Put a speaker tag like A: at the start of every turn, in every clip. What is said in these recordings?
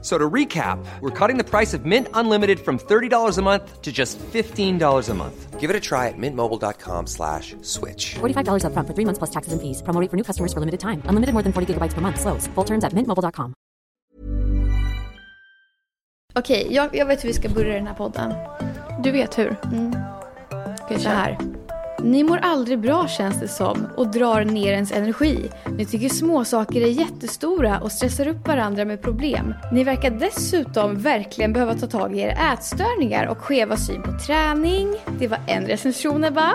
A: So to recap, we're cutting the price of Mint Unlimited from $30 a month to just $15 a month. Give it a try at mintmobile.com slash switch.
B: $45 upfront for three months plus taxes and fees. Promo rate for new customers for limited time. Unlimited more than 40 gigabytes per month. Slows. Full terms at mintmobile.com.
C: Okej, jag, jag vet hur vi ska börja den här podden.
D: Du vet hur.
C: Mm.
D: Okej,
C: Så
D: kör.
C: här. Ni mår aldrig bra känns det som och drar ner ens energi. Ni tycker små saker är jättestora och stressar upp varandra med problem. Ni verkar dessutom verkligen behöva ta tag i era ätstörningar och skeva syn på träning. Det var en recension Ebba.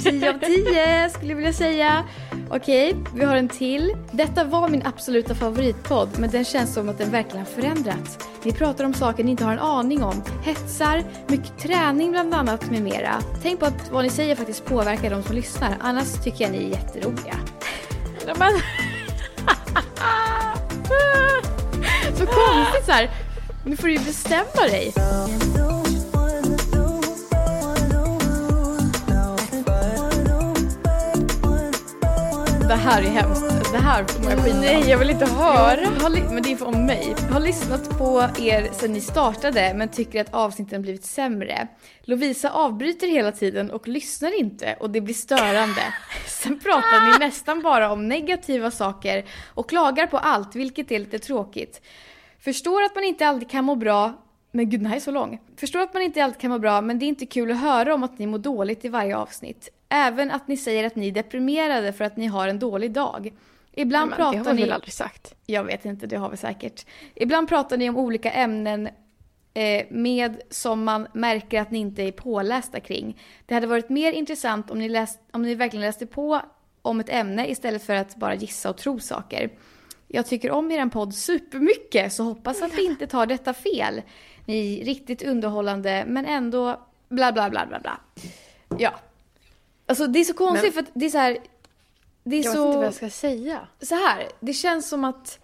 C: 10 av 10 skulle jag vilja säga. Okej, vi har en till. Detta var min absoluta favoritpodd men den känns som att den verkligen har förändrats. Ni pratar om saker ni inte har en aning om. Hetsar, mycket träning bland annat med mera. Tänk på att vad ni säger faktiskt påverkar de som lyssnar annars tycker jag ni är jätteroliga.
D: Nej, men,
C: Så konstigt så här. Nu får du ju bestämma dig. Det här är hemskt. Det här får man skit
D: nej, jag vill inte höra.
C: Jag har, li- men det är för om mig. Jag har lyssnat på er sedan ni startade men tycker att avsnitten blivit sämre. Lovisa avbryter hela tiden och lyssnar inte och det blir störande. Sen pratar ni nästan bara om negativa saker och klagar på allt vilket är lite tråkigt. Förstår att man inte alltid kan må bra men gud, den här är så lång. Förstår att man inte alltid kan må bra, men det är inte kul att höra om att ni mår dåligt i varje avsnitt. Även att ni säger att ni är deprimerade för att ni har en dålig dag. Ibland
D: Men, det har
C: pratar
D: vi
C: ni...
D: väl aldrig sagt.
C: Jag vet inte, det har vi säkert. Ibland pratar ni om olika ämnen eh, med som man märker att ni inte är pålästa kring. Det hade varit mer intressant om ni, läst, om ni verkligen läste på om ett ämne istället för att bara gissa och tro saker. Jag tycker om er podd supermycket så hoppas att vi inte tar detta fel. Ni är riktigt underhållande men ändå bla bla bla bla bla. Ja. Alltså det är så konstigt
D: Men-
C: för att det är så här. Det är
D: Jag
C: så
D: vet inte vad jag ska säga.
C: så här, det känns som att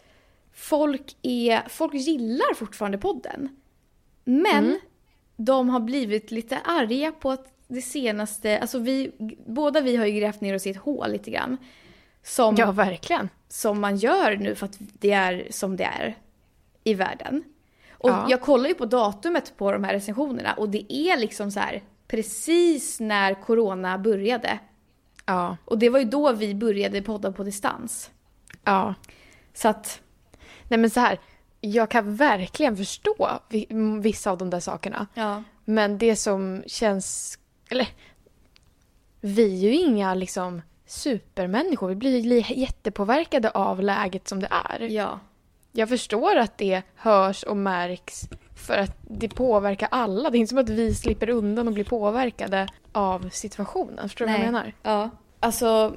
C: folk, är, folk gillar fortfarande podden. Men
D: Mm.
C: de har blivit lite arga på att det senaste, alltså vi, båda vi har ju grävt ner oss i ett hål lite grann. Som,
D: Ja, verkligen.
C: som man gör nu för att det är som det är i världen. Och
D: Ja.
C: jag kollar ju på datumet på de här recensionerna och det är liksom så här precis när corona började.
D: Ja,
C: Och det var ju då vi började podda på distans.
D: ja.
C: Så att
D: Nej, men så här. Jag kan verkligen förstå vi- m- vissa av de där sakerna.
C: Ja.
D: Men det som känns... Eller, vi är ju inga liksom supermänniskor. Vi blir ju li- jättepåverkade av läget som det är.
C: Ja.
D: Jag förstår att det hörs och märks för att det påverkar alla. Det är inte som att vi slipper undan och blir påverkade av situationen. Förstår du vad jag menar?
C: Ja. Alltså,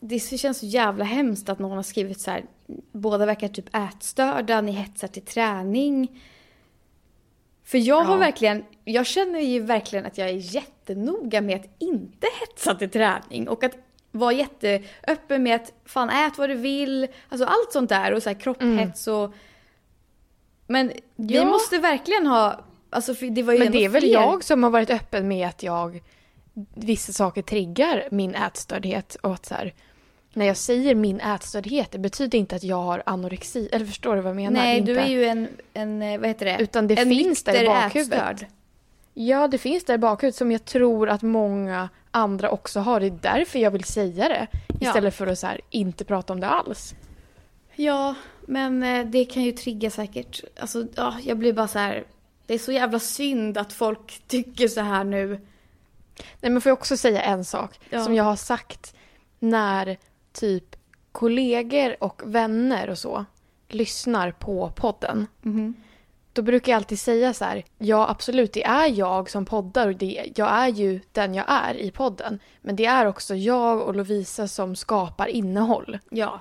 C: det känns så jävla hemskt att någon har skrivit så här. Båda verkar typ ätstörda, ni hetsar till träning. För jag har
D: Ja.
C: verkligen, jag känner ju verkligen att jag är jättenoga med att inte hetsa till träning och att vara jätteöppen med att fan ät vad du vill, alltså allt sånt där och så här kropphets och... Men vi
D: Mm. Ja.
C: måste verkligen ha, alltså för det var ju
D: Men
C: ändå
D: det är väl
C: fler-
D: jag som har varit öppen med att jag vissa saker triggar min ätstördhet och att så här, när jag säger min ätstördhet det betyder inte att jag har anorexi. Eller förstår du vad jag menar?
C: Nej,
D: inte.
C: du är ju en, en eh, vad heter det?
D: Utan det
C: en
D: finns där i
C: nykter
D: bakhuvudet. Ja, det finns där i bakhuvudet som jag tror att många andra också har. Det är därför jag vill säga det.
C: Ja.
D: Istället för att så här, inte prata om det alls.
C: Ja, men eh, det kan ju trigga säkert. Alltså, ja, jag blir bara så här. Det är så jävla synd att folk tycker så här nu.
D: Nej, men får jag också säga en sak
C: Ja.
D: som jag har sagt när typ kollegor och vänner och så lyssnar på podden.
C: Mm-hmm.
D: Då brukar jag alltid säga så här, ja absolut det är jag som poddar och det, jag är ju den jag är i podden. Men det är också jag och Lovisa som skapar innehåll.
C: Ja.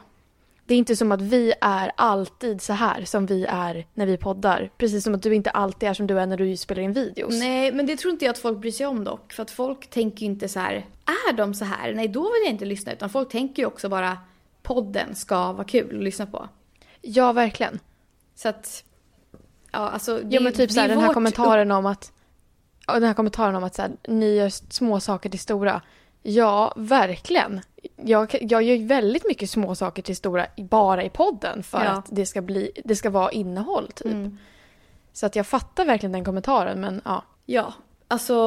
D: Det är inte som att vi är alltid så här som vi är när vi poddar. Precis som att du inte alltid är som du är när du spelar in videos.
C: Nej, men det tror inte jag att folk bryr sig om dock. För att folk tänker ju inte så här. Är de så här? Nej, då vill jag inte lyssna. Utan folk tänker ju också bara podden ska vara kul att lyssna på.
D: Ja, verkligen.
C: Så att, ja alltså. Det,
D: Jo, men typ
C: det
D: så här,
C: är
D: den här
C: vårt
D: kommentaren om att ja, den här kommentaren om att så här, ni gör små saker till stora. Ja, verkligen. Jag, jag gör ju väldigt mycket små saker till stora i- bara i podden för
C: Ja.
D: att det ska, bli, det ska vara innehåll typ.
C: Mm.
D: Så att jag fattar verkligen den kommentaren men ja.
C: Ja, alltså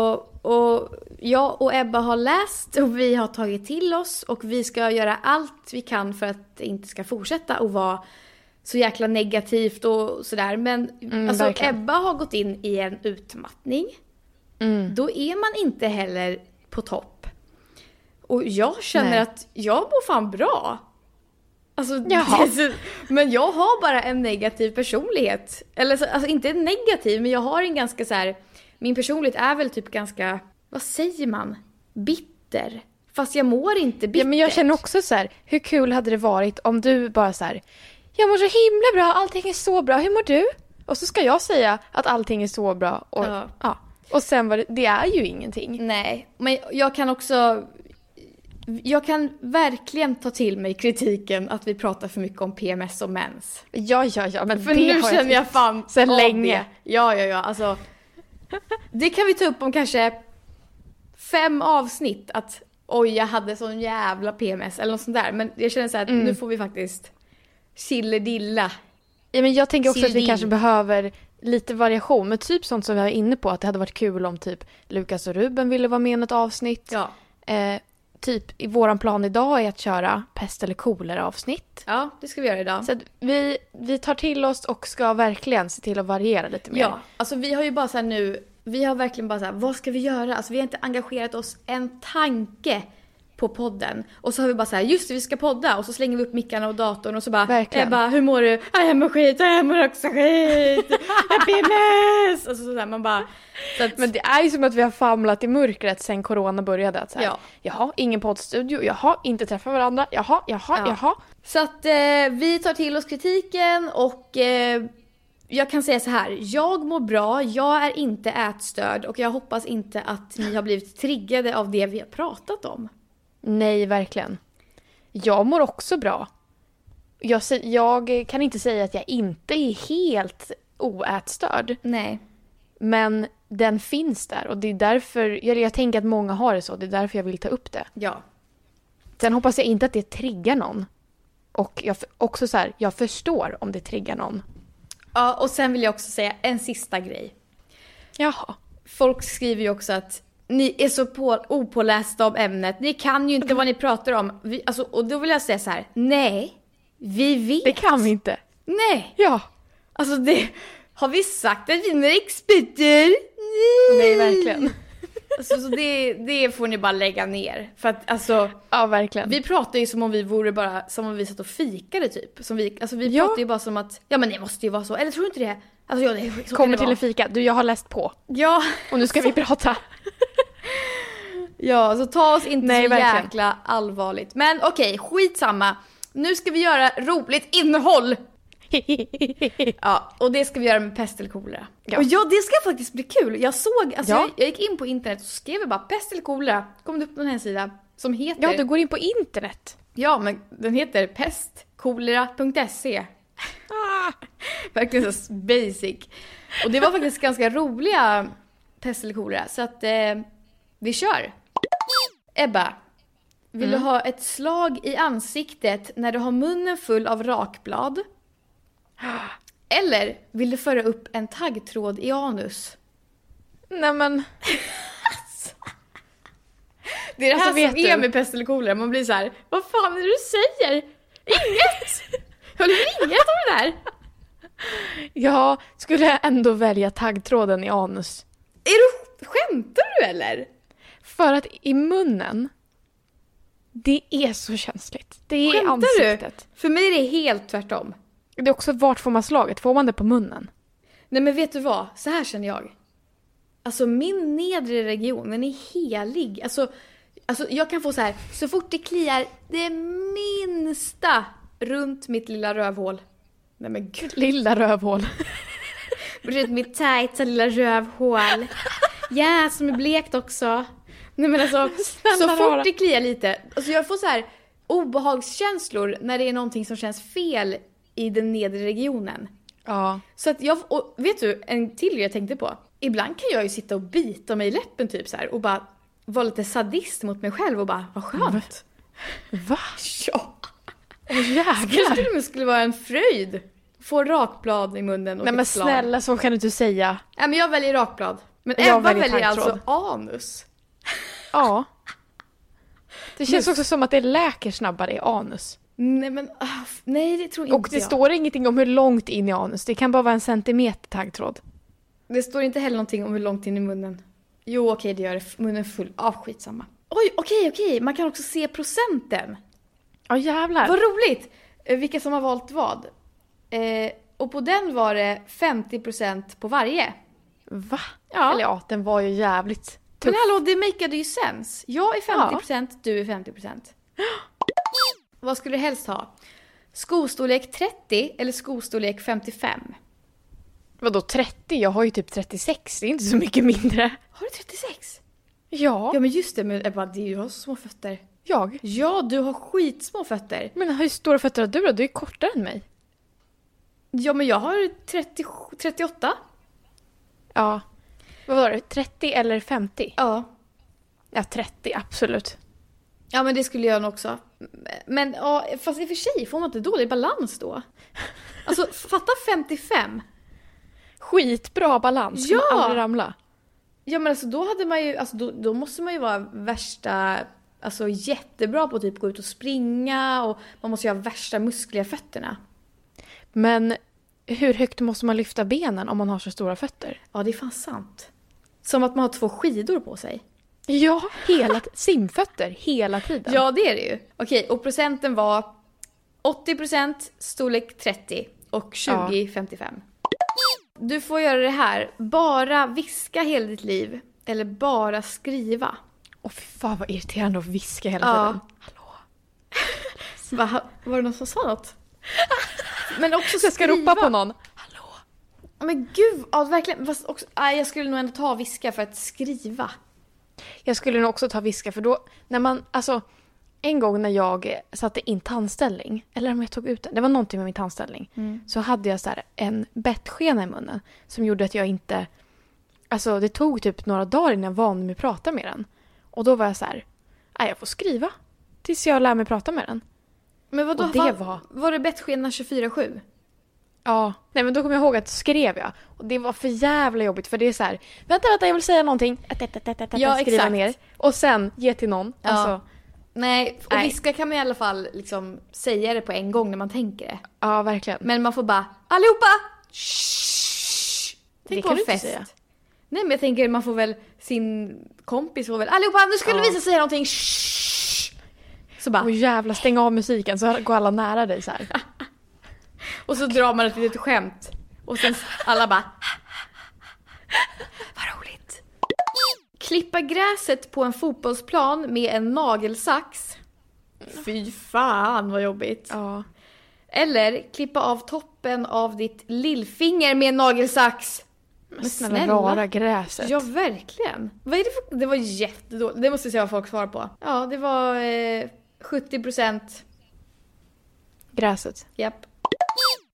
C: och jag och Ebba har läst och vi har tagit till oss och vi ska göra allt vi kan för att det inte ska fortsätta och vara så jäkla negativt och sådär. Men
D: Mm,
C: alltså
D: verkligen.
C: Ebba har gått in i en utmattning.
D: Mm.
C: Då är man inte heller på topp. Och jag känner
D: Nej.
C: att jag mår fan bra. Alltså,
D: Jaha.
C: men jag har bara en negativ personlighet. Eller så- alltså inte en negativ, men jag har en ganska så här. Min personlighet är väl typ ganska, vad säger man? Bitter. Fast jag mår inte bittert.
D: Ja, men jag känner också så här, hur kul hade det varit om du bara så här, jag mår så himla bra, allting är så bra, hur mår du? Och så ska jag säga att allting är så bra och
C: Ja.
D: ja. Och sen var det, det är ju ingenting.
C: Nej, men jag kan också... Jag kan verkligen ta till mig kritiken att vi pratar för mycket om PMS och mens.
D: Ja, ja, ja, men
C: För
D: det
C: nu
D: har
C: känner jag
D: tyckt
C: fan
D: sen
C: av
D: länge.
C: Det. Ja, ja, ja. Alltså, det kan vi ta upp om kanske fem avsnitt. Att oj, jag hade sån jävla PMS eller något sånt där. Men jag känner så här att
D: Mm.
C: nu får vi faktiskt chilledilla.
D: Ja, men jag tänker också att vi
C: Sylvin.
D: kanske behöver lite variation, men typ sånt som vi var inne på, att det hade varit kul om typ Lukas och Ruben ville vara med i något avsnitt.
C: Ja.
D: Eh, typ, i våran plan idag är att köra pest eller kolera avsnitt.
C: ja, det ska vi göra idag.
D: Så att vi, vi tar till oss och ska verkligen se till att variera lite mer.
C: Ja, alltså vi har ju bara så här nu, vi har verkligen bara så här, vad ska vi göra? Alltså vi har inte engagerat oss en tanke på podden. Och så har vi bara så här, just det vi ska podda och så slänger vi upp mickarna och datorn och så bara,
D: Verkligen.
C: Ebba hur mår du? "Ah, Jag mår skit, ah, jag mår också skit, jag har PMS! Alltså sådär man bara, så att,
D: Men det är ju som att vi har famlat i mörkret sen corona började. Att så här,
C: Ja.
D: Jaha, ingen poddstudio, jaha, inte träffa varandra, jaha, jaha,
C: Ja.
D: jaha.
C: så att eh, vi tar till oss kritiken och eh, jag kan säga så här, jag mår bra, jag är inte ätstörd och jag hoppas inte att ni har blivit triggade av det vi har pratat om.
D: Nej, verkligen. Jag mår också bra. Jag, sä- jag kan inte säga att jag inte är helt oätstörd,
C: Nej.
D: men den finns där och det är därför, jag, jag tänker att många har det så, det är därför jag vill ta upp det.
C: Ja,
D: Sen hoppas jag inte att det triggar någon. Och jag, f- också så här, jag förstår om det triggar någon.
C: Ja, och sen vill jag också säga en sista grej.
D: Jaha.
C: Folk skriver ju också att ni är så på, opålästa om ämnet, ni kan ju inte vad ni pratar om. Vi, alltså, och då vill jag säga så här: nej, vi vet.
D: Det kan vi inte.
C: Nej,
D: Ja.
C: alltså det, har vi sagt att vi är experter? Nej,
D: Nej, verkligen.
C: Alltså, så det, det får ni bara lägga ner. För att alltså,
D: Ja, verkligen.
C: vi pratar ju som om vi vore bara, som om vi satt och fikade typ. Som vi, alltså vi
D: Ja.
C: pratar ju bara som att, ja men det måste ju vara så, eller tror du inte det? Alltså ja, det så kan
D: kommer
C: det
D: till
C: vara.
D: en fika. Du, jag har läst på.
C: Ja.
D: Och nu ska vi prata.
C: Ja, så ta oss inte
D: Nej,
C: så
D: verkligen.
C: jäkla allvarligt. Men okej, skitsamma. Nu ska vi göra roligt innehåll! Ja, och det ska vi göra med pest eller kolera.
D: Ja.
C: Och ja, det ska faktiskt bli kul. Jag såg, alltså
D: Ja.
C: jag, jag gick in på internet och skrev bara pest eller kolera. Kom det upp någon hemsida som heter...
D: Ja, du går in på internet.
C: ja men den heter pestkolera.se. Ah! Verkligen så basic. Och det var faktiskt ganska roliga pest eller kolera, så att eh, vi kör. Ebba, vill du ha ett slag i ansiktet när du har munnen full av rakblad? Eller vill du föra upp en taggtråd i anus?
D: Nej men,
C: Det är det
D: Alltså,
C: här som
D: vet
C: är
D: du-
C: med pest eller kolera, man blir så här: vad fan är det du säger? Inget! Jag håller inget om det där!
D: jag skulle ändå välja taggtråden i anus.
C: Är du, skämtar du eller?
D: För att i munnen, det är så känsligt. Det är i
C: Skämtar du?
D: ansiktet.
C: För mig är det helt tvärtom.
D: Det är också vart får man slaget? Får man det på munnen?
C: Nej men vet du vad? Så här känner jag. Alltså min nedre region, den är helig. Alltså, alltså jag kan få så här, så fort det kliar det minsta runt mitt lilla rövhål. Nej men gud.
D: Lilla rövhål.
C: Runt mitt tajta lilla rövhål. Ja, som är blekt också. Nej men alltså, så
D: Snälla rara.
C: fort det kliar lite. Alltså jag får så här obehagskänslor när det är någonting som känns fel i den nedre regionen.
D: Ja.
C: Så att jag, och vet du, en till grej jag tänkte på. Ibland kan jag ju sitta och bita mig i läppen typ så här och bara vara lite sadist mot mig själv och bara, vad skönt.
D: Va?
C: Ja. Kanske
D: Jävlar.
C: till och med skulle vara en fröjd. Få rakblad i munnen och
D: Nej
C: ett
D: men
C: slag.
D: snälla så kan du inte säga.
C: Nej men jag väljer rakblad. Men
D: Jag
C: Ebba väljer,
D: väljer taggtråd.
C: alltså anus.
D: Ja. Det känns
C: Nu-
D: också som att det läker snabbare i anus.
C: Nej men, ah, f- nej det tror inte
D: Och det
C: jag.
D: står ingenting om hur långt in i anus. Det kan bara vara en centimeter taggtråd.
C: det står inte heller någonting om hur långt in i munnen. Jo okej det gör det, munnen full. Ah skitsamma. Oj okej okej, man kan också se procenten.
D: Ja jävlar.
C: Vad roligt! Eh, Vilka som har valt vad. Eh, och på den var det 50% på varje.
D: Va?
C: Ja.
D: Eller ja, den var ju jävligt
C: Men
D: tuff.
C: hallå, det makade ju sens. Jag är 50%, du är 50%. Vad skulle du helst ha? Skostorlek 30 eller skostorlek 55?
D: Vadå 30? Jag har ju typ 36, det är inte så mycket mindre.
C: Har du 36?
D: Ja,
C: Ja men just det, men Ebba, det är ju- jag har så små fötter.
D: jag.
C: Ja, du har skitsmå fötter.
D: Men hur stora fötter har du då? Du är kortare än mig.
C: Ja men jag har 30, 38.
D: Ja. Vad var det? 30 eller 50?
C: Ja.
D: Ja, 30 absolut.
C: Ja men det skulle jag nog också. Men ja, fast i och för sig, får man inte dålig balans då? Alltså fatta 55.
D: Skitbra balans, ja!
C: Ja!
D: aldrig ramla.
C: Ja men alltså då hade man ju, alltså då, då måste man ju vara värsta, alltså jättebra på att typ gå ut och springa och man måste ju ha värsta muskliga fötterna.
D: Men hur högt måste man lyfta benen om man har så stora fötter?
C: Ja det är fan sant. Som att man har två skidor på sig.
D: Ja, hela t- simfötter hela tiden.
C: Ja det är det ju. Okej och procenten var 80% storlek 30 och 20
D: Ja.
C: 55. Du får göra det här, bara viska hela ditt liv eller bara skriva.
D: Och fy fan vad irriterande att viska hela
C: Ja.
D: tiden. Hallå.
C: Va, ha- var det någon som sa något? Men också
D: Så jag ska ropa på någon. Hallå.
C: Ja, Men gud, ja, verkligen. Fast också, nej, jag skulle nog ändå ta viska för att skriva.
D: Jag skulle nog också ta viska för då, när man, alltså en gång när jag satte in tandställning, eller om jag tog ut den, det var någonting med min tandställning,
C: Mm.
D: så hade jag så här en bettskena i munnen som gjorde att jag inte, alltså det tog typ några dagar innan jag vande mig att prata med den. Och då var jag så här, nej jag får skriva tills jag lär mig prata med den.
C: Men vadå,
D: Och det
C: fan,
D: var-
C: det bettskena 24-7?
D: Ja, nej men då kommer jag ihåg att skrev jag. Och det var för jävla jobbigt för det är så här, vänta vänta jag vill säga någonting,
C: Ja,
D: ja, skriva
C: exakt.
D: ner och sen ge till någon.
C: Ja.
D: Alltså,
C: Nej, och
D: Nej.
C: viska kan man i alla fall liksom säga det på en gång när man tänker det.
D: ja verkligen.
C: Men man får bara, allihopa! Tänk på
D: Det kan
C: en
D: du inte
C: fest.
D: säga.
C: Nej men jag tänker man får väl, sin kompis får väl, allihopa nu skulle
D: Ja.
C: Lisa säga någonting! Shh! Så bara,
D: Och jävla stäng av musiken så går alla nära dig så här.
C: och så drar man ett litet skämt. Och sen alla bara,
D: Vad roligt.
C: Klippa gräset på en fotbollsplan med en nagelsax. Fy fan vad jobbigt.
D: Ja.
C: Eller klippa av toppen av ditt lillfinger med en nagelsax.
D: Men snälla, rara gräset.
C: Ja, verkligen. Vad är det för... Det var jättedåligt. Det måste jag se vad folk svarar på. Ja, det var eh, 70 procent.
D: Gräset.
C: Japp.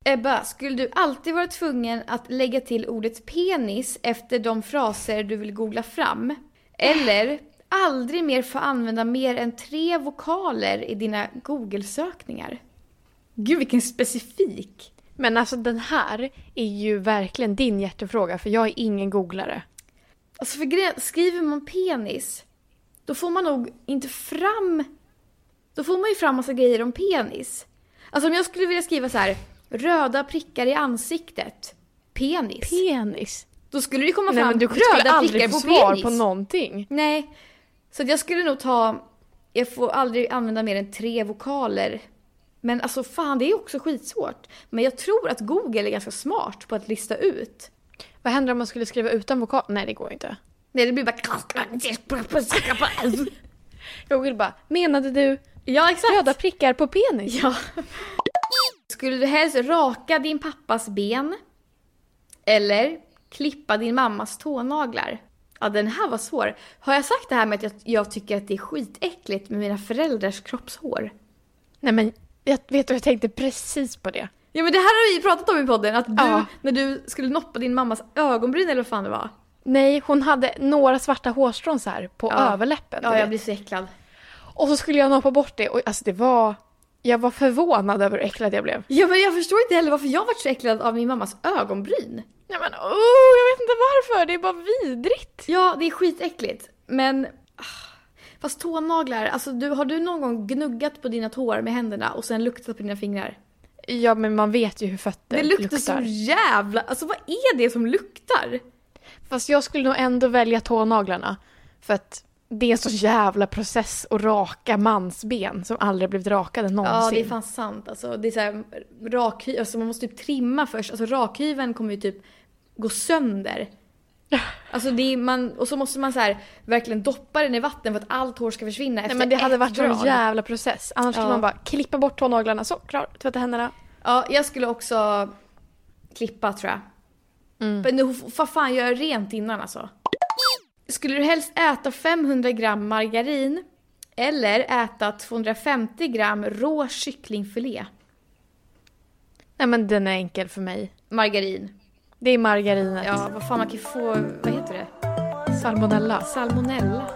C: Ebba, skulle du alltid vara tvungen att lägga till ordet penis efter de fraser du vill googla fram? Eller aldrig mer få använda mer än tre vokaler i dina Google-sökningar? Gud, vilken specifik!
D: Men alltså den här är ju verkligen din hjärtefråga för jag är ingen googlare.
C: Alltså, för gre- skriver man penis, då får man nog inte fram... Då får man ju fram massa grejer om penis. Alltså om jag skulle vilja skriva så här, röda prickar i ansiktet, penis.
D: Penis.
C: Då skulle det komma
D: Nej,
C: fram
D: men du skulle
C: röda prickar
D: aldrig
C: på
D: få svar
C: penis.
D: på någonting.
C: Nej. Så att jag skulle nog ta... Jag får aldrig använda mer än tre vokaler. Men alltså fan, det är också skitsvårt. Men jag tror att Google är ganska smart på att lista ut.
D: Vad händer om man skulle skriva utan vokal? Nej det går ju inte.
C: Nej, det blir bara...
D: Jag vill bara, menade du
C: Ja, exakt.
D: röda prickar på penis?
C: Ja. Skulle du helst raka din pappas ben? Eller klippa din mammas tånaglar? Ja, den här var svår. Har jag sagt det här med att jag, jag tycker att det är skitäckligt med mina föräldrars kroppshår?
D: Nej men jag vet du, jag tänkte precis på det.
C: Ja men det här har vi pratat om i podden, att du,
D: Ja.
C: när du skulle noppa din mammas ögonbryn eller vad fan det var.
D: Nej, hon hade några svarta hårstrån så här på
C: Ja.
D: överläppen. du
C: Ja, jag
D: vet.
C: blir så äcklad.
D: Och så skulle jag napa bort det och alltså det var... Jag var förvånad över hur äcklad jag blev.
C: Ja men jag förstår inte heller varför jag varit så äcklad av min mammas ögonbryn.
D: Nej men oh, jag vet inte varför, det är bara vidrigt.
C: Ja, det är skitäckligt. Men... ah, Fast tånaglar, alltså du, har du någon gång gnuggat på dina tår med händerna och sen luktat på dina fingrar?
D: Ja men man vet ju hur fötter
C: Det, luktar, så jävla... Alltså vad är det som luktar?
D: Fast jag skulle nog ändå välja tånaglarna. För att det är en så jävla process att raka mansben som aldrig blivit rakade någonsin.
C: Ja, det är fan sant alltså. Det är så här, rakhy- alltså man måste typ trimma först. Alltså rakhyveln kommer ju typ gå sönder. Alltså det är man, och så måste man så här, verkligen doppa den i vatten för att allt hår ska försvinna
D: Nej
C: efter
D: men det hade
C: ett
D: varit en
C: drag.
D: jävla process. Annars skulle
C: Ja.
D: man bara klippa bort tånaglarna, så klar, tvätta händerna.
C: Ja, jag skulle också klippa tror jag. Men nu, vad fan, gör jag rent innan alltså. Skulle du helst äta 500 gram margarin eller äta 250 gram rå kycklingfilé?
D: Nej men den är enkel för mig.
C: Margarin.
D: Det är margarinet.
C: Ja, vad fan man kan ju få, vad heter det?
D: Salmonella.
C: Salmonella.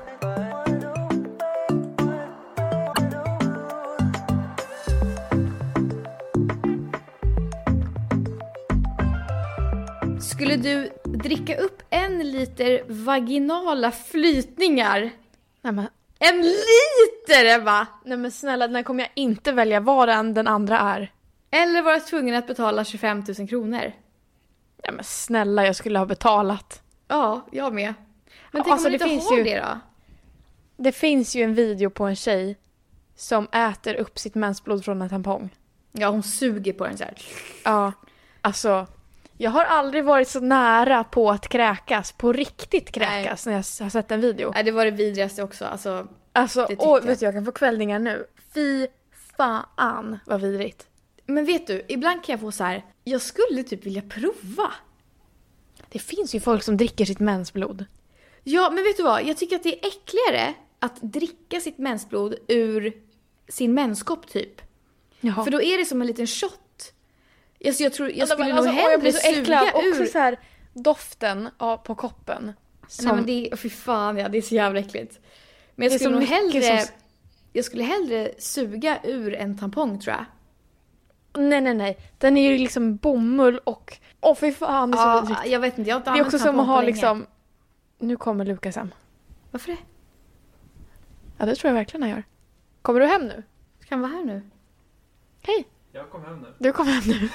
C: Skulle du dricka upp en liter vaginala flytningar?
D: Nej men,
C: En liter Ebba!
D: nej men snälla, den här kommer jag inte välja vad den, den andra är.
C: Eller vara tvungen att betala 25 000 kronor?
D: Nej men snälla, jag skulle ha betalat.
C: Ja, jag med. Men tänk
D: Alltså,
C: om man
D: det
C: inte
D: finns
C: har
D: ju-
C: det då?
D: Det finns ju en video på en tjej som äter upp sitt mensblod från en tampong.
C: Ja, hon suger på den så här.
D: Ja, alltså. Jag har aldrig varit så nära på att kräkas, på riktigt kräkas, när jag s- har sett en video.
C: Nej, det var det vidrigaste också. Alltså,
D: Alltså,
C: tycker
D: åh,
C: jag.
D: vet du, jag kan få kvällningar nu. Fy fan vad vidrigt.
C: Men vet du, ibland kan jag få så här. jag skulle typ vilja prova.
D: Det finns ju folk som dricker sitt mensblod.
C: Ja, men vet du vad? Jag tycker att det är äckligare att dricka sitt mensblod ur sin menskopp typ.
D: Jaha.
C: För då är det som en liten shot. Alltså, jag tror, jag
D: Alltså,
C: skulle
D: alltså,
C: nog
D: åh,
C: hellre
D: jag blir så äcklad.
C: suga ur.
D: Också så här, doften av, på koppen. Som,
C: Nej men det är, fy fan ja, det är så jävla äckligt. Men
D: Det är
C: jag skulle
D: så
C: nog
D: mycket
C: hellre,
D: som-
C: jag skulle hellre suga ur en tampong tror jag.
D: nej, nej, nej. Den är ju liksom bomull och... Åh fy fan, det är så vidrigt.
C: Ja, Ah, jag vet inte, jag har inte
D: Det är
C: använt
D: också som
C: tampong
D: att ha
C: på länge.
D: liksom... Nu kommer Lukas hem.
C: Varför det?
D: Ja, det tror jag verkligen han gör. Kommer du hem nu?
C: Ska han vara här nu?
D: Hej!
E: Jag kom hem nu.
D: Du kommer hem nu.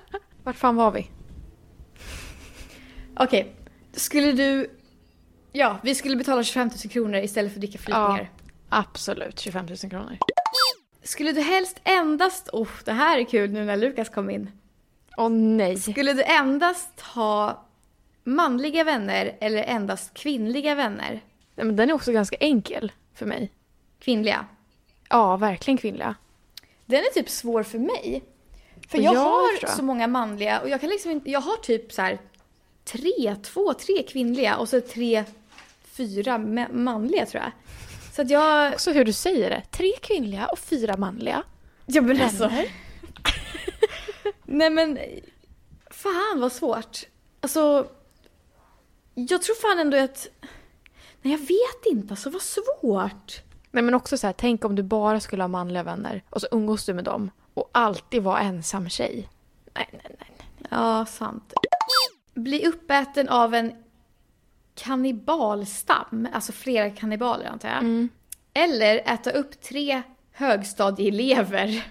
D: Vart fan var vi?
C: Okej, skulle du... Ja, vi skulle betala 25 000 kronor istället för att dricka flytningar.
D: Absolut, 25 000 kronor.
C: Skulle du helst endast... Oh, det här är kul nu när Lukas kom in.
D: Åh nej.
C: Skulle du endast ha manliga vänner eller endast kvinnliga vänner?
D: nej men den är också ganska enkel för mig.
C: Kvinnliga.
D: Ja, verkligen kvinnliga.
C: Den är typ svår för mig. För
D: Och
C: jag,
D: jag
C: har
D: tror jag.
C: så många manliga och jag kan liksom inte... Jag har typ så här tre, två, tre kvinnliga och så tre, fyra ma- manliga tror jag. Så att jag...
D: Också hur du säger det. Tre kvinnliga och fyra manliga.
C: Ja men alltså. Nej men. Fan vad svårt. Alltså. Jag tror fan ändå att. Nej jag vet inte alltså vad svårt.
D: Nej men också så här, tänk om du bara skulle ha manliga vänner och så umgås du med dem och alltid vara ensam tjej. Nej, nej, nej. nej.
C: Ja sant. Bli uppäten av en kannibalstam. Alltså flera kannibaler antar jag. Eller äta upp tre högstadieelever.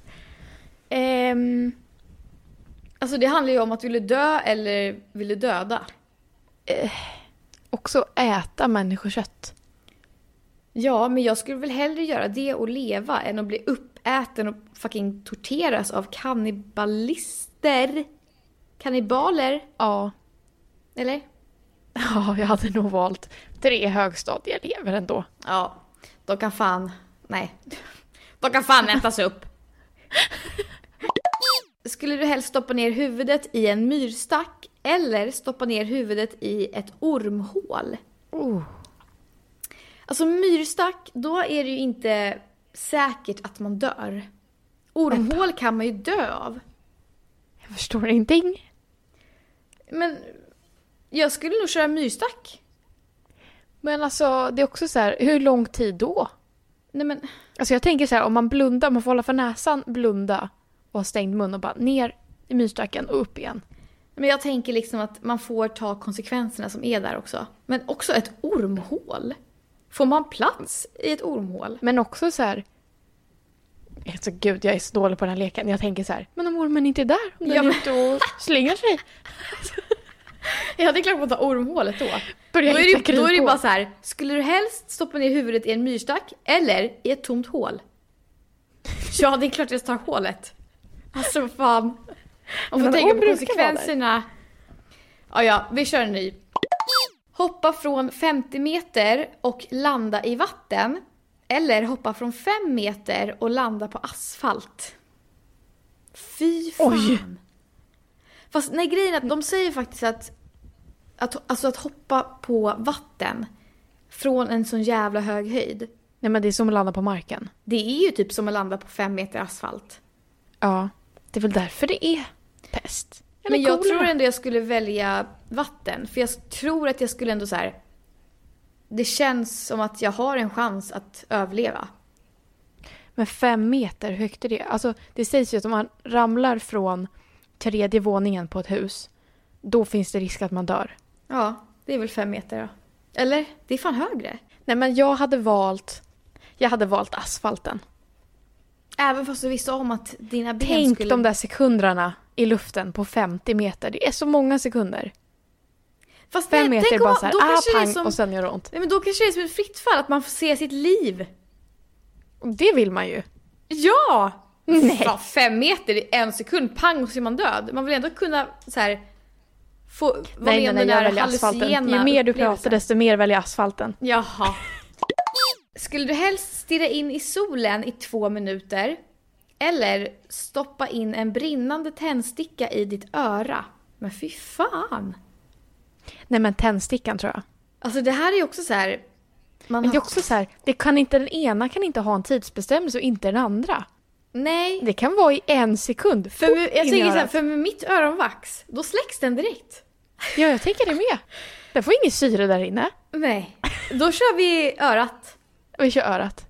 D: Ehm,
C: Alltså det handlar ju om att vill du dö eller vill du döda?
D: också äta människokött.
C: Ja, men jag skulle väl hellre göra det och leva än att bli uppäten och fucking torteras av kannibalister. Kannibaler,
D: Ja,
C: eller?
D: ja jag hade nog valt tre högstadieelever ändå.
C: Ja, de kan fan... Nej. De kan fan ätas upp. Skulle du helst stoppa ner huvudet i en myrstack eller stoppa ner huvudet i ett ormhål?
D: Oh.
C: Alltså myrstack, då är det ju inte säkert att man dör. Ormhål kan man ju dö av.
D: Jag förstår ingenting.
C: Men jag skulle nog köra myrstack.
D: Men alltså, det är också så här, hur lång tid då?
C: Nej men,
D: Alltså jag tänker så här, om man blundar, man får hålla för näsan, blunda och ha stängd mun och bara ner i myrstacken och upp igen.
C: men jag tänker liksom att man får ta konsekvenserna som är där också. Men också ett ormhål. Får man plats i ett ormhål?
D: Men också så här... Alltså gud, jag är så dålig på den här leken. Jag tänker så här, men om ormen inte är där? Om den
C: Ja,
D: är
C: men-
D: ute och slänger sig?
C: Ja, det är klart man tar ormhålet då.
D: Börjar
C: då är
D: hitta
C: det, då är det
D: kryphål.
C: bara så här. skulle du helst stoppa ner huvudet i en myrstack eller i ett tomt hål? Ja, det är klart jag tar hålet. Alltså fan. Man får
D: Men
C: tänka på
D: orm brukar vara där.
C: konsekvenserna. Ja, ja, vi kör en ny. Hoppa från 50 meter och landa i vatten. Eller hoppa från 5 meter och landa på asfalt. Fy fan.
D: Oj.
C: Fast nej, grejen är att de säger faktiskt att, att, alltså att hoppa på vatten från en sån jävla hög höjd.
D: Nej men det är som att landa på marken.
C: Det är ju typ som att landa på fem meter asfalt.
D: Ja, det är väl därför det är pest. Eller
C: Men jag
D: kolera.
C: tror ändå jag skulle välja vatten. För jag tror att jag skulle ändå så här. Det känns som att jag har en chans att överleva.
D: Men fem meter högt är det. Alltså det sägs ju att om man ramlar från tredje våningen på ett hus, då finns det risk att man dör.
C: Ja, det är väl fem meter då. Eller? Det är fan högre.
D: Nej men jag hade valt, jag hade valt asfalten.
C: Även fast du visste om att dina ben
D: Tänk
C: skulle...
D: de där sekunderna i luften på 50 meter. Det är så många sekunder.
C: Fast
D: Fem
C: nej,
D: meter är
C: tänk om
D: bara
C: man-
D: så här,
C: då
D: ah,
C: kanske det är
D: pang
C: som-
D: och sen gör det ont.
C: Nej men då kanske det är som ett fritt fall, att man får se sitt liv.
D: Och det vill man ju.
C: Ja! Fan, fem meter i en sekund, pang och så är man död. Man vill ändå kunna så här, få vara
D: Nej, nej, nej, jag väljer asfalten. Ju mer du pratar desto mer väljer jag asfalten.
C: Jaha. Skulle du helst stirra in i solen i två minuter? Eller stoppa in en brinnande tändsticka i ditt öra? Men fy fan!
D: Nej men tändstickan tror jag.
C: Alltså det här är ju också så här... Man
D: Men det är
C: har-
D: också så här, det kan inte, den ena kan inte ha en tidsbestämmelse och inte den andra.
C: Nej.
D: Det kan vara i en sekund.
C: För
D: Pop,
C: med,
D: in
C: jag
D: i
C: tänker så här,
D: örat.
C: för med mitt öronvax, då släcks den direkt.
D: Ja, jag tänker det med. Den får ingen syre där inne.
C: Nej. Då kör vi örat.
D: Och vi kör örat.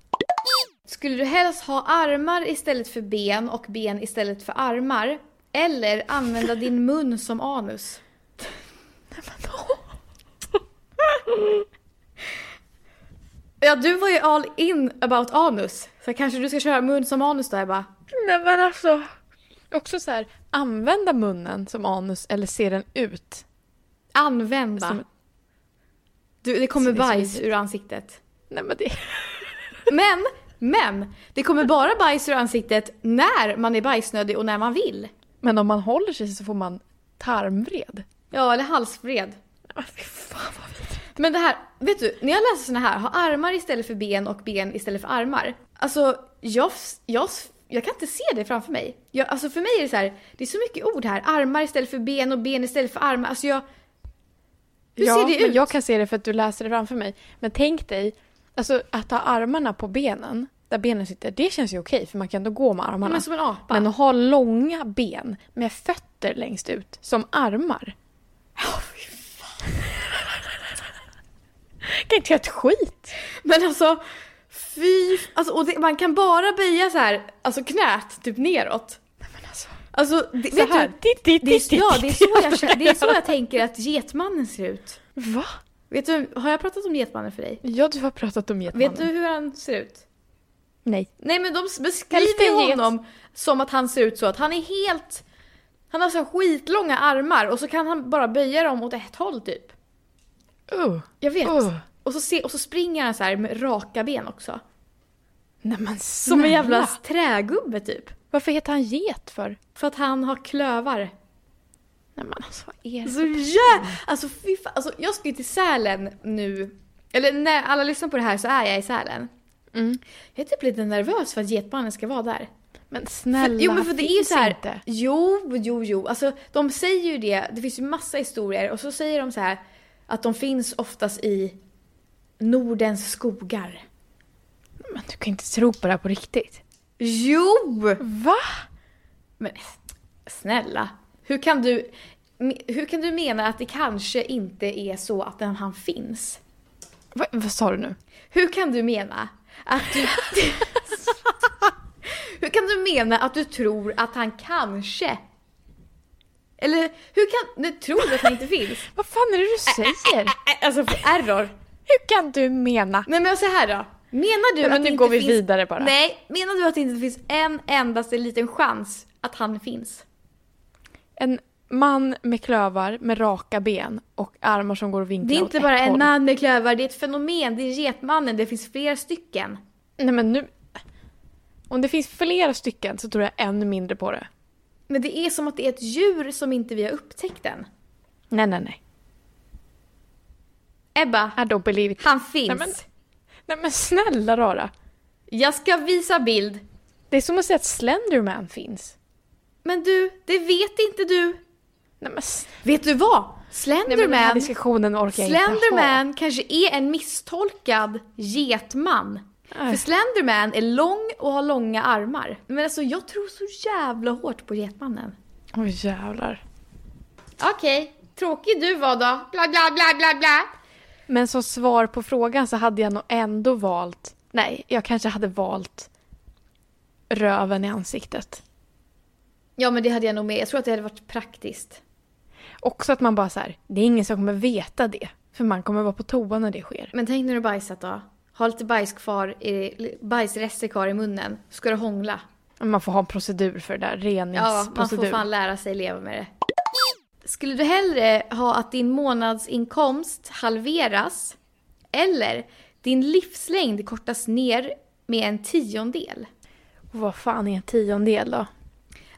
C: Skulle du helst ha armar istället för ben och ben istället för armar? Eller använda din mun som anus? Ja, du var ju all in about anus. Så kanske du ska köra mun som anus då, Ebba?
D: Nej men alltså. Också så här, använda munnen som anus eller se den ut.
C: Använda.
D: Som-
C: Du, det kommer
D: Som- som-
C: bajs ur ansiktet.
D: Nej men det...
C: Men, men! Det kommer bara bajs ur ansiktet när man är bajsnödig och när man vill.
D: Men om man håller sig så får man tarmvred.
C: Ja, eller halsvred.
D: Men fy fan vad vidrigt.
C: Men det här, vet du, när jag läser såna här, ha armar istället för ben och ben istället för armar. Alltså, jag, jag, jag kan inte se det framför mig. Jag, alltså för mig är det så här, det är så mycket ord här. Armar istället för ben och ben istället för armar. Alltså jag... Hur
D: ja,
C: ser det
D: men
C: ut?
D: Jag kan se det för att du läser det framför mig. Men tänk dig, alltså att ha armarna på benen där benen sitter, det känns ju okej för man kan ändå gå med armarna.
C: Men som en apa.
D: Men att ha långa ben med fötter längst ut som armar. kan inte göra ett skit.
C: Men alltså, fy... Alltså, och det, man kan bara böja så här, alltså knät typ neråt.
D: Men alltså,
C: Alltså, det,
D: så
C: vet
D: här.
C: du?
D: Titt, titt,
C: Det är,
D: titt, titt,
C: ja, det är,
D: titt.
C: så jag, känner- det är så jag tänker att Getmannen ser ut.
D: Va?
C: Vet du, har jag pratat om Getmannen för dig?
D: Ja, du har pratat om getmannen.
C: Vet du hur han ser ut?
D: Nej.
C: Nej men de
D: Hälften
C: beskriver
D: get.
C: honom som att han ser ut så att han är helt... Han har så här skitlånga armar och så kan han bara böja dem åt ett håll typ.
D: Uh.
C: Jag vet.
D: Uh.
C: Och, så se, och så springer han så här med raka ben också.
D: Nej men
C: Som en jävla
D: snälla.
C: trägubbe typ.
D: Varför heter han get för?
C: För att han har klövar.
D: Nej men alltså vad är det?
C: Så jä... Alltså fy fan. Alltså, jag ska ju till Sälen nu. Eller när alla lyssnar på det här så är jag i Sälen.
D: Mm.
C: Jag är typ lite nervös för att Getmannen ska vara där.
D: Men snälla,
C: jo men för det är ju
D: finns
C: så här,
D: inte.
C: Jo, jo, jo. Alltså de säger ju det. Det finns ju massa historier och så säger de så här att de finns oftast i Nordens skogar.
D: Men du kan inte tro på det här på riktigt.
C: Jo!
D: Va?
C: Men snälla. Hur kan du, hur kan du mena att det kanske inte är så att den, han finns?
D: Va? Vad sa du nu?
C: Hur kan du mena att du... hur kan du mena att du tror att han kanske... Eller hur kan... Nu tror du att han inte finns?
D: Vad fan är det du säger?
C: Ä- Alltså för error.
D: Hur kan du mena?
C: Nej men så här då. Menar du
D: Nej, men
C: att
D: nu
C: det inte
D: går vi
C: finns...
D: vidare bara.
C: Nej, menar du att det inte finns en endaste liten chans att han finns?
D: En man med klövar med raka ben och armar som går att vinkla
C: Det är
D: åt
C: inte
D: ett
C: bara en
D: håll.
C: man med klövar, det är ett fenomen. Det är getmannen, det finns flera stycken.
D: Nej men nu... Om det finns flera stycken så tror jag ännu mindre på det.
C: Men det är som att det är ett djur som inte vi har upptäckt än.
D: Nej nej nej.
C: Ebba,
D: I don't believe it.
C: han finns.
D: Nej, men- Nej men snälla rara.
C: Jag ska visa bild.
D: Det är som att säga att Slenderman finns.
C: Men du, det vet inte du.
D: Nej men, s-
C: Vet du vad?
D: nej, men den här
C: Slenderman,
D: diskussionen orkar jag inte ha.
C: Slenderman kanske är en misstolkad getman. För Slenderman är lång och har långa armar. Men alltså jag tror så jävla hårt på getmannen.
D: Åh jävlar.
C: Okej, tråkig du var då. Bla bla bla bla bla.
D: Men som svar på frågan så hade jag nog ändå valt... Nej, jag kanske hade valt röven i ansiktet.
C: Ja men det hade jag nog med. Jag tror att det hade varit praktiskt.
D: Också att man bara så här, det är ingen som kommer veta det. För man kommer vara på toa när det sker.
C: Men tänk när du bajsat då. Ha lite bajs kvar i, bajsrester kvar i munnen. Ska du hångla?
D: Man får ha en procedur för det där,
C: Ja, man
D: reningsprocedur.
C: får fan lära sig leva med det. Skulle du hellre ha att din månadsinkomst halveras eller din livslängd kortas ner med en tiondel?
D: Och vad fan är en tiondel då?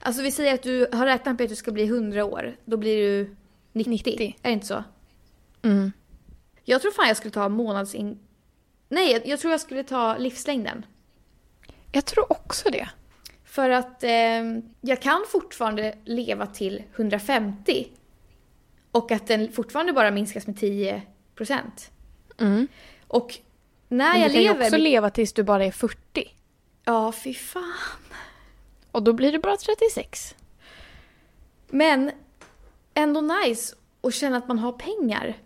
C: Alltså vi säger att du har räknat med att du ska bli 100 år. Då blir du 90.
D: 90.
C: Är det inte så?
D: Mm.
C: Jag tror fan jag skulle ta månadsin... Nej, jag, jag tror jag skulle ta livslängden.
D: Jag tror också det.
C: För att eh, jag kan fortfarande leva till 150. Och att den fortfarande bara minskas med 10 procent.
D: Mm.
C: Och när
D: Men
C: jag
D: du kan ju
C: lever...
D: också leva tills du bara är 40.
C: ja, fy fan.
D: Och då blir det bara 36.
C: Men ändå nice att känna att man har pengar.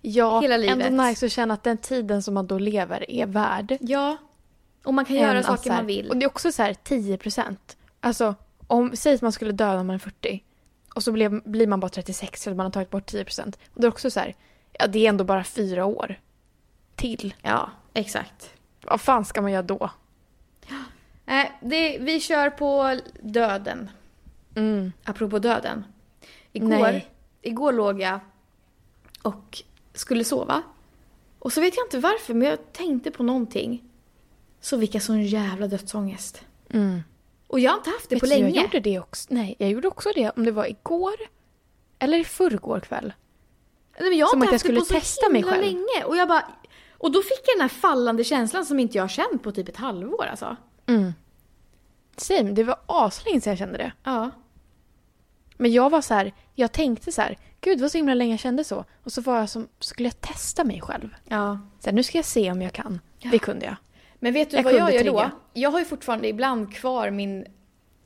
D: Ja,
C: Hela livet.
D: ändå nice att känna att den tiden som man då lever är värd.
C: Ja. Och man kan göra
D: än att
C: saker
D: så alltså här-
C: man vill.
D: Och det är också så här 10%. Alltså, om, säg att man skulle dö när man är 40 och så blev, blir man bara 36 för att man har tagit bort 10%. Och det är också så här, ja det är ändå bara fyra år till.
C: Ja, exakt.
D: Vad fan ska man göra då?
C: Nej, det, vi kör på döden.
D: Mm.
C: Apropå döden. Igår,
D: Nej.
C: igår låg jag och skulle sova. Och så vet jag inte varför, men jag tänkte på någonting. Så fick jag sån jävla dödsångest. Och jag har inte haft det
D: Mm. Vet
C: på
D: du,
C: länge.
D: Jag gjorde det också. Nej, jag gjorde också det om det var igår eller i förrgår kväll.
C: Nej, men jag har
D: Som
C: inte
D: att jag
C: haft
D: skulle
C: det på
D: testa
C: så
D: mig
C: himla
D: själv.
C: länge. Och, jag bara, och då fick jag den här fallande känslan som inte jag har känt på typ ett halvår alltså.
D: Same, det var aslänge sedan jag kände det.
C: Ja.
D: Men jag var så här, jag tänkte så här, gud vad så himla länge jag kände så. Och så var jag som, skulle jag testa mig själv?
C: ja.
D: Så här, nu ska jag se om jag kan. Det kunde jag.
C: Men vet du
D: Jag
C: vad jag
D: kunde
C: gör då?
D: trigga.
C: Jag har ju fortfarande ibland kvar min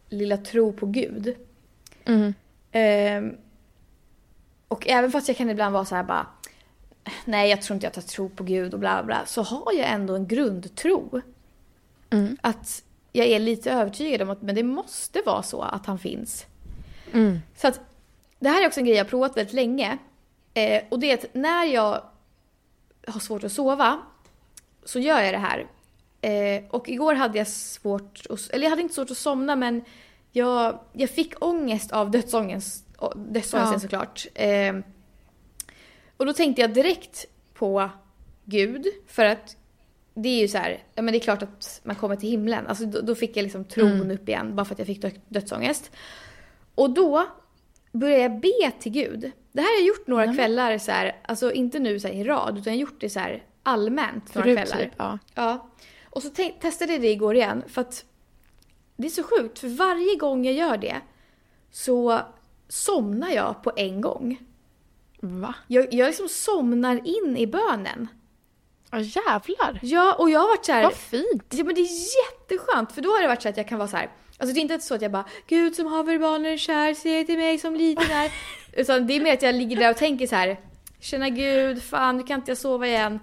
C: lilla tro på Gud.
D: Mm.
C: Ehm, och även fast jag kan ibland vara så här bara Nej jag tror inte jag tar tro på Gud och bla bla. Så har jag ändå en grundtro. Att jag är lite övertygad om att men det måste vara så att han finns. Så att det här är också en grej jag har provat väldigt länge. Eh, och det är att när jag har svårt att sova så gör jag det här. Eh, och igår hade jag svårt, att, eller jag hade inte svårt att somna men jag, jag fick ångest av dödsångest, å- dödsångesten
D: Ja.
C: såklart. Eh, och då tänkte jag direkt på Gud för att det är ju så här, ja men det är klart att man kommer till himlen. Alltså då, då fick jag liksom tron
D: Mm.
C: upp igen bara för att jag fick dö- dödsångest. Och då började jag be till Gud. Det här har jag gjort några kvällar så här, alltså inte nu så här i rad utan jag har gjort det så här allmänt några
D: Förut,
C: kvällar.
D: typ, ja.
C: Ja. Och så tänk, testade jag det igår igen för att det är så sjukt för varje gång jag gör det så somnar jag på en gång.
D: Va?
C: Jag, jag liksom somnar in i bönen.
D: Ja jävlar.
C: Ja, och jag har varit så här...
D: Vad fint.
C: Ja, men det är jätteskönt för då har det varit så att jag kan vara så här. Alltså det är inte så att jag bara Gud som haver barnen kär, se till mig som liten är. Utan det är mer att jag ligger där och tänker så här. Tjena Gud, fan nu kan inte jag sova igen.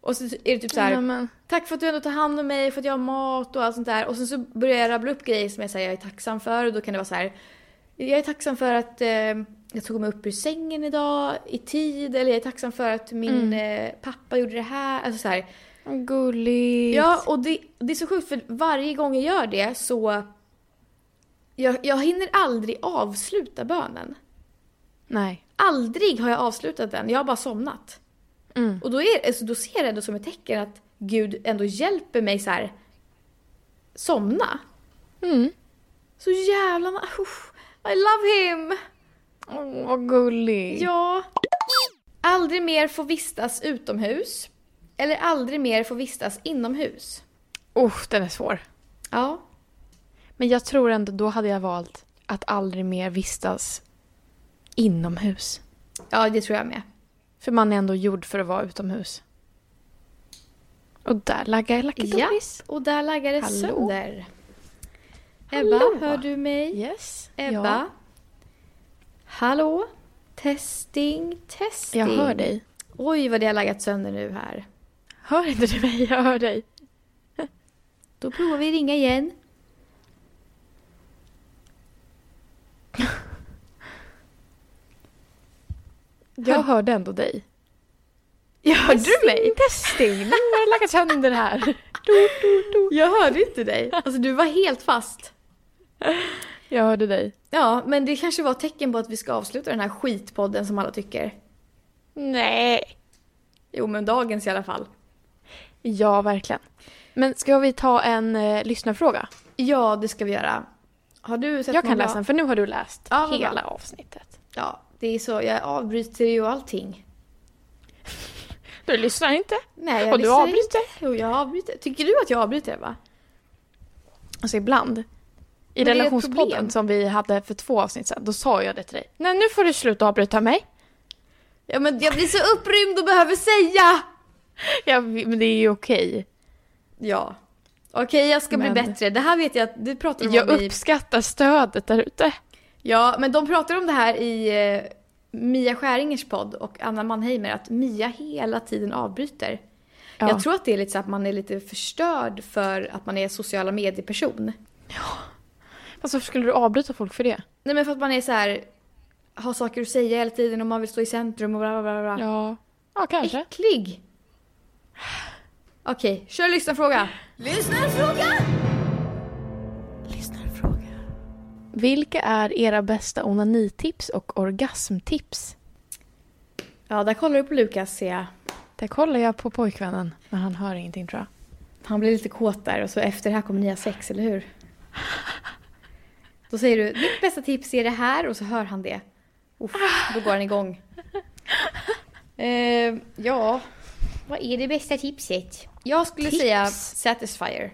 C: Och så är det typ så här.
D: Nej, men-
C: Tack för att du ändå tar hand om mig, för att jag har mat och allt sånt där. Och sen så börjar jag rabbla upp grejer som jag, säger jag är tacksam för. Och då kan det vara så här. Jag är tacksam för att eh, jag tog mig upp ur sängen idag i tid. Eller jag är tacksam för att min eh, pappa gjorde det här. Alltså så här.
D: Gulligt.
C: Ja, och det, det är så sjukt för varje gång jag gör det så... Jag, jag hinner aldrig avsluta bönen.
D: Nej.
C: Aldrig har jag avslutat den, jag har bara somnat. Och då, är, alltså, då ser jag det ändå som ett tecken att Gud ändå hjälper mig så här somna. Så jävla... usch, I love him!
D: Åh, vad gulligt.
C: Ja. Aldrig mer få vistas utomhus. Eller aldrig mer få vistas inomhus.
D: Uff, den är svår.
C: Ja.
D: Men jag tror ändå då hade jag valt att aldrig mer vistas inomhus.
C: ja, det tror jag med.
D: För man är ändå gjord för att vara utomhus. Och där laggar jag Lucky
C: Ja,
D: Doris.
C: och där laggar det
D: Hallå.
C: sönder. Ebba,
D: Hallå.
C: hör du mig?
D: Yes.
C: Ebba?
D: Ja,
C: Hallå? Testing, testing.
D: jag hör dig.
C: Oj, vad det har laggat sönder nu här.
D: Hör inte du mig? Jag hör dig.
C: Då provar vi ringa igen.
D: Jag hörde ändå dig.
C: Jag hörde du mig?
D: Testing! Nu har det laggat sönder här.
C: Jag hörde inte dig. Alltså, du var helt fast.
D: Jag hörde dig.
C: Ja, men det kanske var ett tecken på att vi ska avsluta den här skitpodden som alla tycker.
D: Nej.
C: Jo, men dagens i alla fall.
D: Ja, verkligen. Men ska vi ta en eh, lyssnarfråga?
C: Ja, det ska vi göra. Har du sett
D: Jag kan
C: någon
D: läsa den, för nu har du läst
C: Ja, vad bra.
D: hela avsnittet.
C: Ja, det är så. Jag avbryter ju allting.
D: Du lyssnar inte.
C: Nej, jag
D: Och du
C: lyssnar
D: avbryter.
C: inte. Jo, jag avbryter. Tycker du att jag avbryter Ebba?
D: Alltså ibland. I
C: Men det är ett problem.
D: relationspodden som vi hade för två avsnitt sedan, då sa jag det till dig. Nej, nu får du sluta avbryta mig.
C: Ja, men jag blir så upprymd och behöver säga!
D: Ja, vi- men det är ju okej.
C: Ja. Okej, jag ska bli
D: Men-
C: bättre. Det här vet jag att du pratar om
D: Jag
C: mig.
D: uppskattar stödet där ute.
C: Ja, men de pratar om det här i eh, Mia Skäringers podd och Anna Mannheimer, att Mia hela tiden avbryter.
D: Ja.
C: Jag tror att det är lite så att man är lite förstörd för att man är sociala medieperson.
D: Fast varför skulle du avbryta folk för det?
C: Nej, men för att man är så här har saker att säga hela tiden och man vill stå i centrum och bla bla bla. bla.
D: Ja, ja kanske.
C: Äcklig! Okej, kör lyssnarfråga.
D: Vilka är era bästa onanitips och orgasmtips?
C: Ja, där kollar du på Lukas ser jag.
D: Det kollar jag på pojkvännen, men han hör ingenting tror jag.
C: Han blir lite kåt där och så efter det här kommer ni ha sex, eller hur? Då säger du mitt bästa tips är det här och så hör han det. Uff, då går han igång. Eh, ja, vad är det bästa tipset? Jag skulle säga Satisfyer.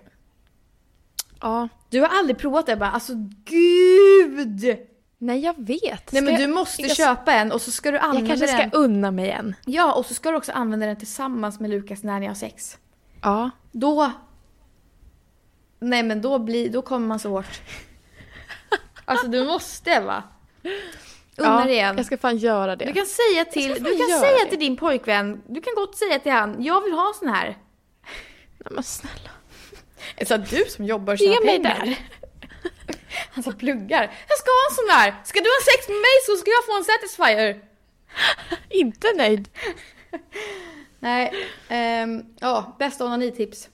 D: Ja.
C: Du har aldrig provat det bara, alltså gud!
D: Nej, jag vet.
C: Nej men
D: Ska
C: du
D: jag-
C: måste
D: jag-
C: köpa en och så ska du
D: Jag
C: använda
D: kanske ska
C: den.
D: unna mig en.
C: Ja, och så ska du också använda den tillsammans med Lukas när ni har sex.
D: Ja.
C: Då Nej men då, blir, då kommer man så hårt. Alltså du måste va? Unna dig en.
D: jag ska fan göra det.
C: Du kan säga till,
D: Jag ska
C: du
D: fan
C: kan
D: göra
C: säga
D: det.
C: till din pojkvän, du kan gott säga till han, jag vill ha en sån här.
D: Nej, men snälla.
C: Så du som jobbar
D: Ge mig där.
C: Han som pluggar. Jag ska ha en sån där! Ska du ha sex med mig så ska jag få en Satisfyer!
D: Inte nöjd.
C: Nej, ehm, ja, bästa onanitips.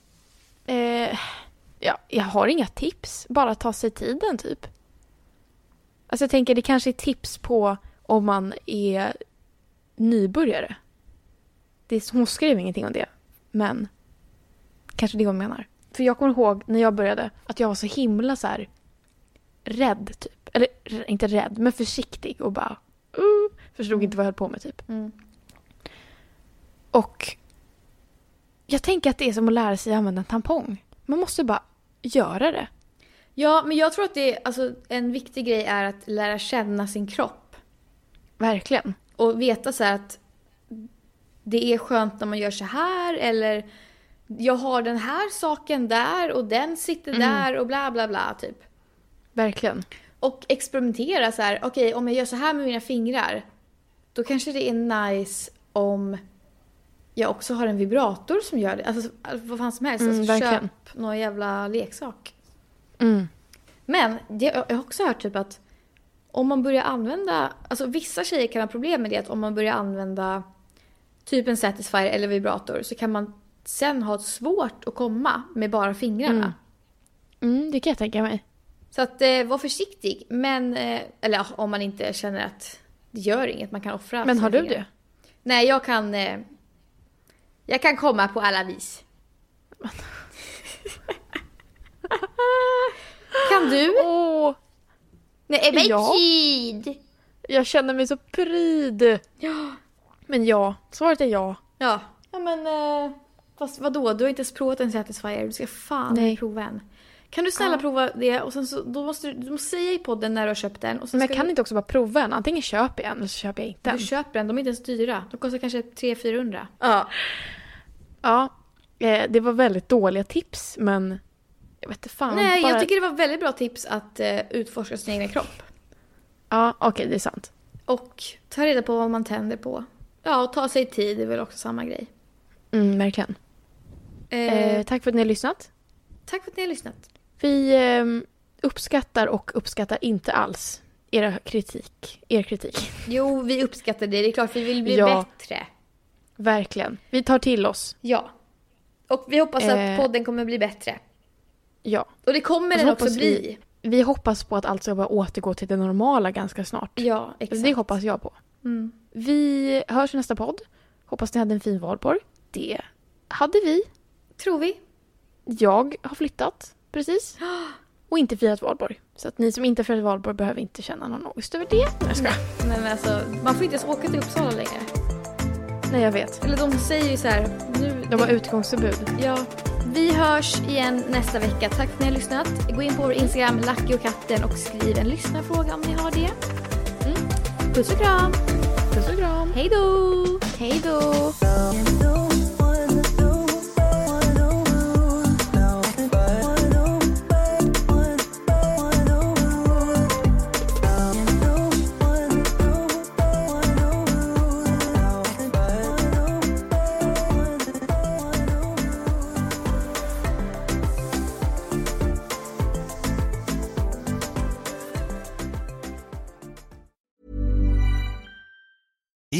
D: Eh, ja, jag har inga tips. Bara ta sig tiden, typ. Alltså jag tänker, det kanske är tips på om man är nybörjare. Det är, hon skrev ingenting om det, men kanske det hon menar. För jag kommer ihåg när jag började att jag var så himla så här rädd, typ. Eller r- inte rädd, men försiktig och bara uh, förstod inte vad jag höll på med, typ. Och jag tänker att det är som att lära sig att använda en tampong. Man måste bara göra det.
C: Ja, men jag tror att det är, alltså, en viktig grej är att lära känna sin kropp.
D: Verkligen.
C: Och veta så här att det är skönt när man gör så här eller jag har den här saken där och den sitter där och bla bla bla typ.
D: Verkligen.
C: Och experimentera så här, okej om jag gör så här med mina fingrar. Då kanske det är nice om jag också har en vibrator som gör det. Alltså vad fan som helst.
D: Mm,
C: alltså,
D: verkligen.
C: köp någon jävla leksak.
D: Mm.
C: Men det, jag har också hört typ att om man börjar använda, alltså vissa tjejer kan ha problem med det att om man börjar använda typ en satisfier eller vibrator så kan man sen ha svårt att komma med bara fingrarna.
D: Mm, det kan jag tänka mig.
C: Så att eh, var försiktig. Men, eh, eller ja, om man inte känner att det gör inget, man kan offra.
D: Men
C: sina
D: har du
C: fingrar.
D: det?
C: Nej, jag kan... Eh, jag kan komma på alla vis. kan du?
D: Åh,
C: Nej, men
D: Ja.
C: tid!
D: jag känner mig så pryd.
C: Ja.
D: Men ja, svaret är ja.
C: Ja. Ja men, eh, fast vadå? Du har inte ens provat en Satisfyer. Du ska fan
D: Nej.
C: prova en. Kan du snälla prova det? Och sen så, då måste du, du måste säga i podden när du har köpt den. Och sen
D: Men jag
C: ska
D: kan
C: du,
D: inte också bara prova en. Antingen köper jag en eller så köper jag inte en.
C: Du köper den, de är inte ens dyra. De kostar kanske 300-400.
D: Ja. Ja, eh, det var väldigt dåliga tips men jag vet inte fan.
C: Nej,
D: bara-
C: jag tycker det var väldigt bra tips att eh, utforska sin egen kropp.
D: Ja, okej det är sant.
C: Och ta reda på vad man tänder på. Ja, och ta sig tid är väl också samma grej.
D: Mm, verkligen.
C: Eh,
D: Eh, tack för att ni har lyssnat.
C: tack för att ni har lyssnat.
D: Vi ehm, uppskattar och uppskattar inte alls era kritik. Er kritik.
C: Jo, vi uppskattar det. Det är klart vi vill bli
D: Ja.
C: bättre.
D: Verkligen. Vi tar till oss.
C: Ja. Och vi hoppas
D: Eh.
C: att podden kommer bli bättre.
D: Ja.
C: Och det kommer
D: Och så
C: den också
D: hoppas
C: bli.
D: Vi hoppas på att allt ska bara återgå till det normala ganska snart.
C: Ja, exakt.
D: Alltså,
C: Mm.
D: Det hoppas jag på. Vi hörs i nästa podd. Hoppas ni hade en fin valborg. Det hade vi.
C: Tror vi.
D: Jag har flyttat precis. Och inte firat valborg. Så att ni som inte firat valborg behöver inte känna någon ångest över det. Nej, jag skojar.
C: Nej, men alltså, man får inte ens åka till Uppsala längre.
D: Nej, jag vet.
C: Eller de säger ju så här. Nu,
D: De har utgångsförbud.
C: Ja, vi hörs igen nästa vecka. Tack för att ni har lyssnat. Gå in på vår Instagram, Lucky och katten och skriv en lyssnarfråga om ni har det. Mm. Puss och kram!
D: Puss och kram.
C: Hej då! Hej då!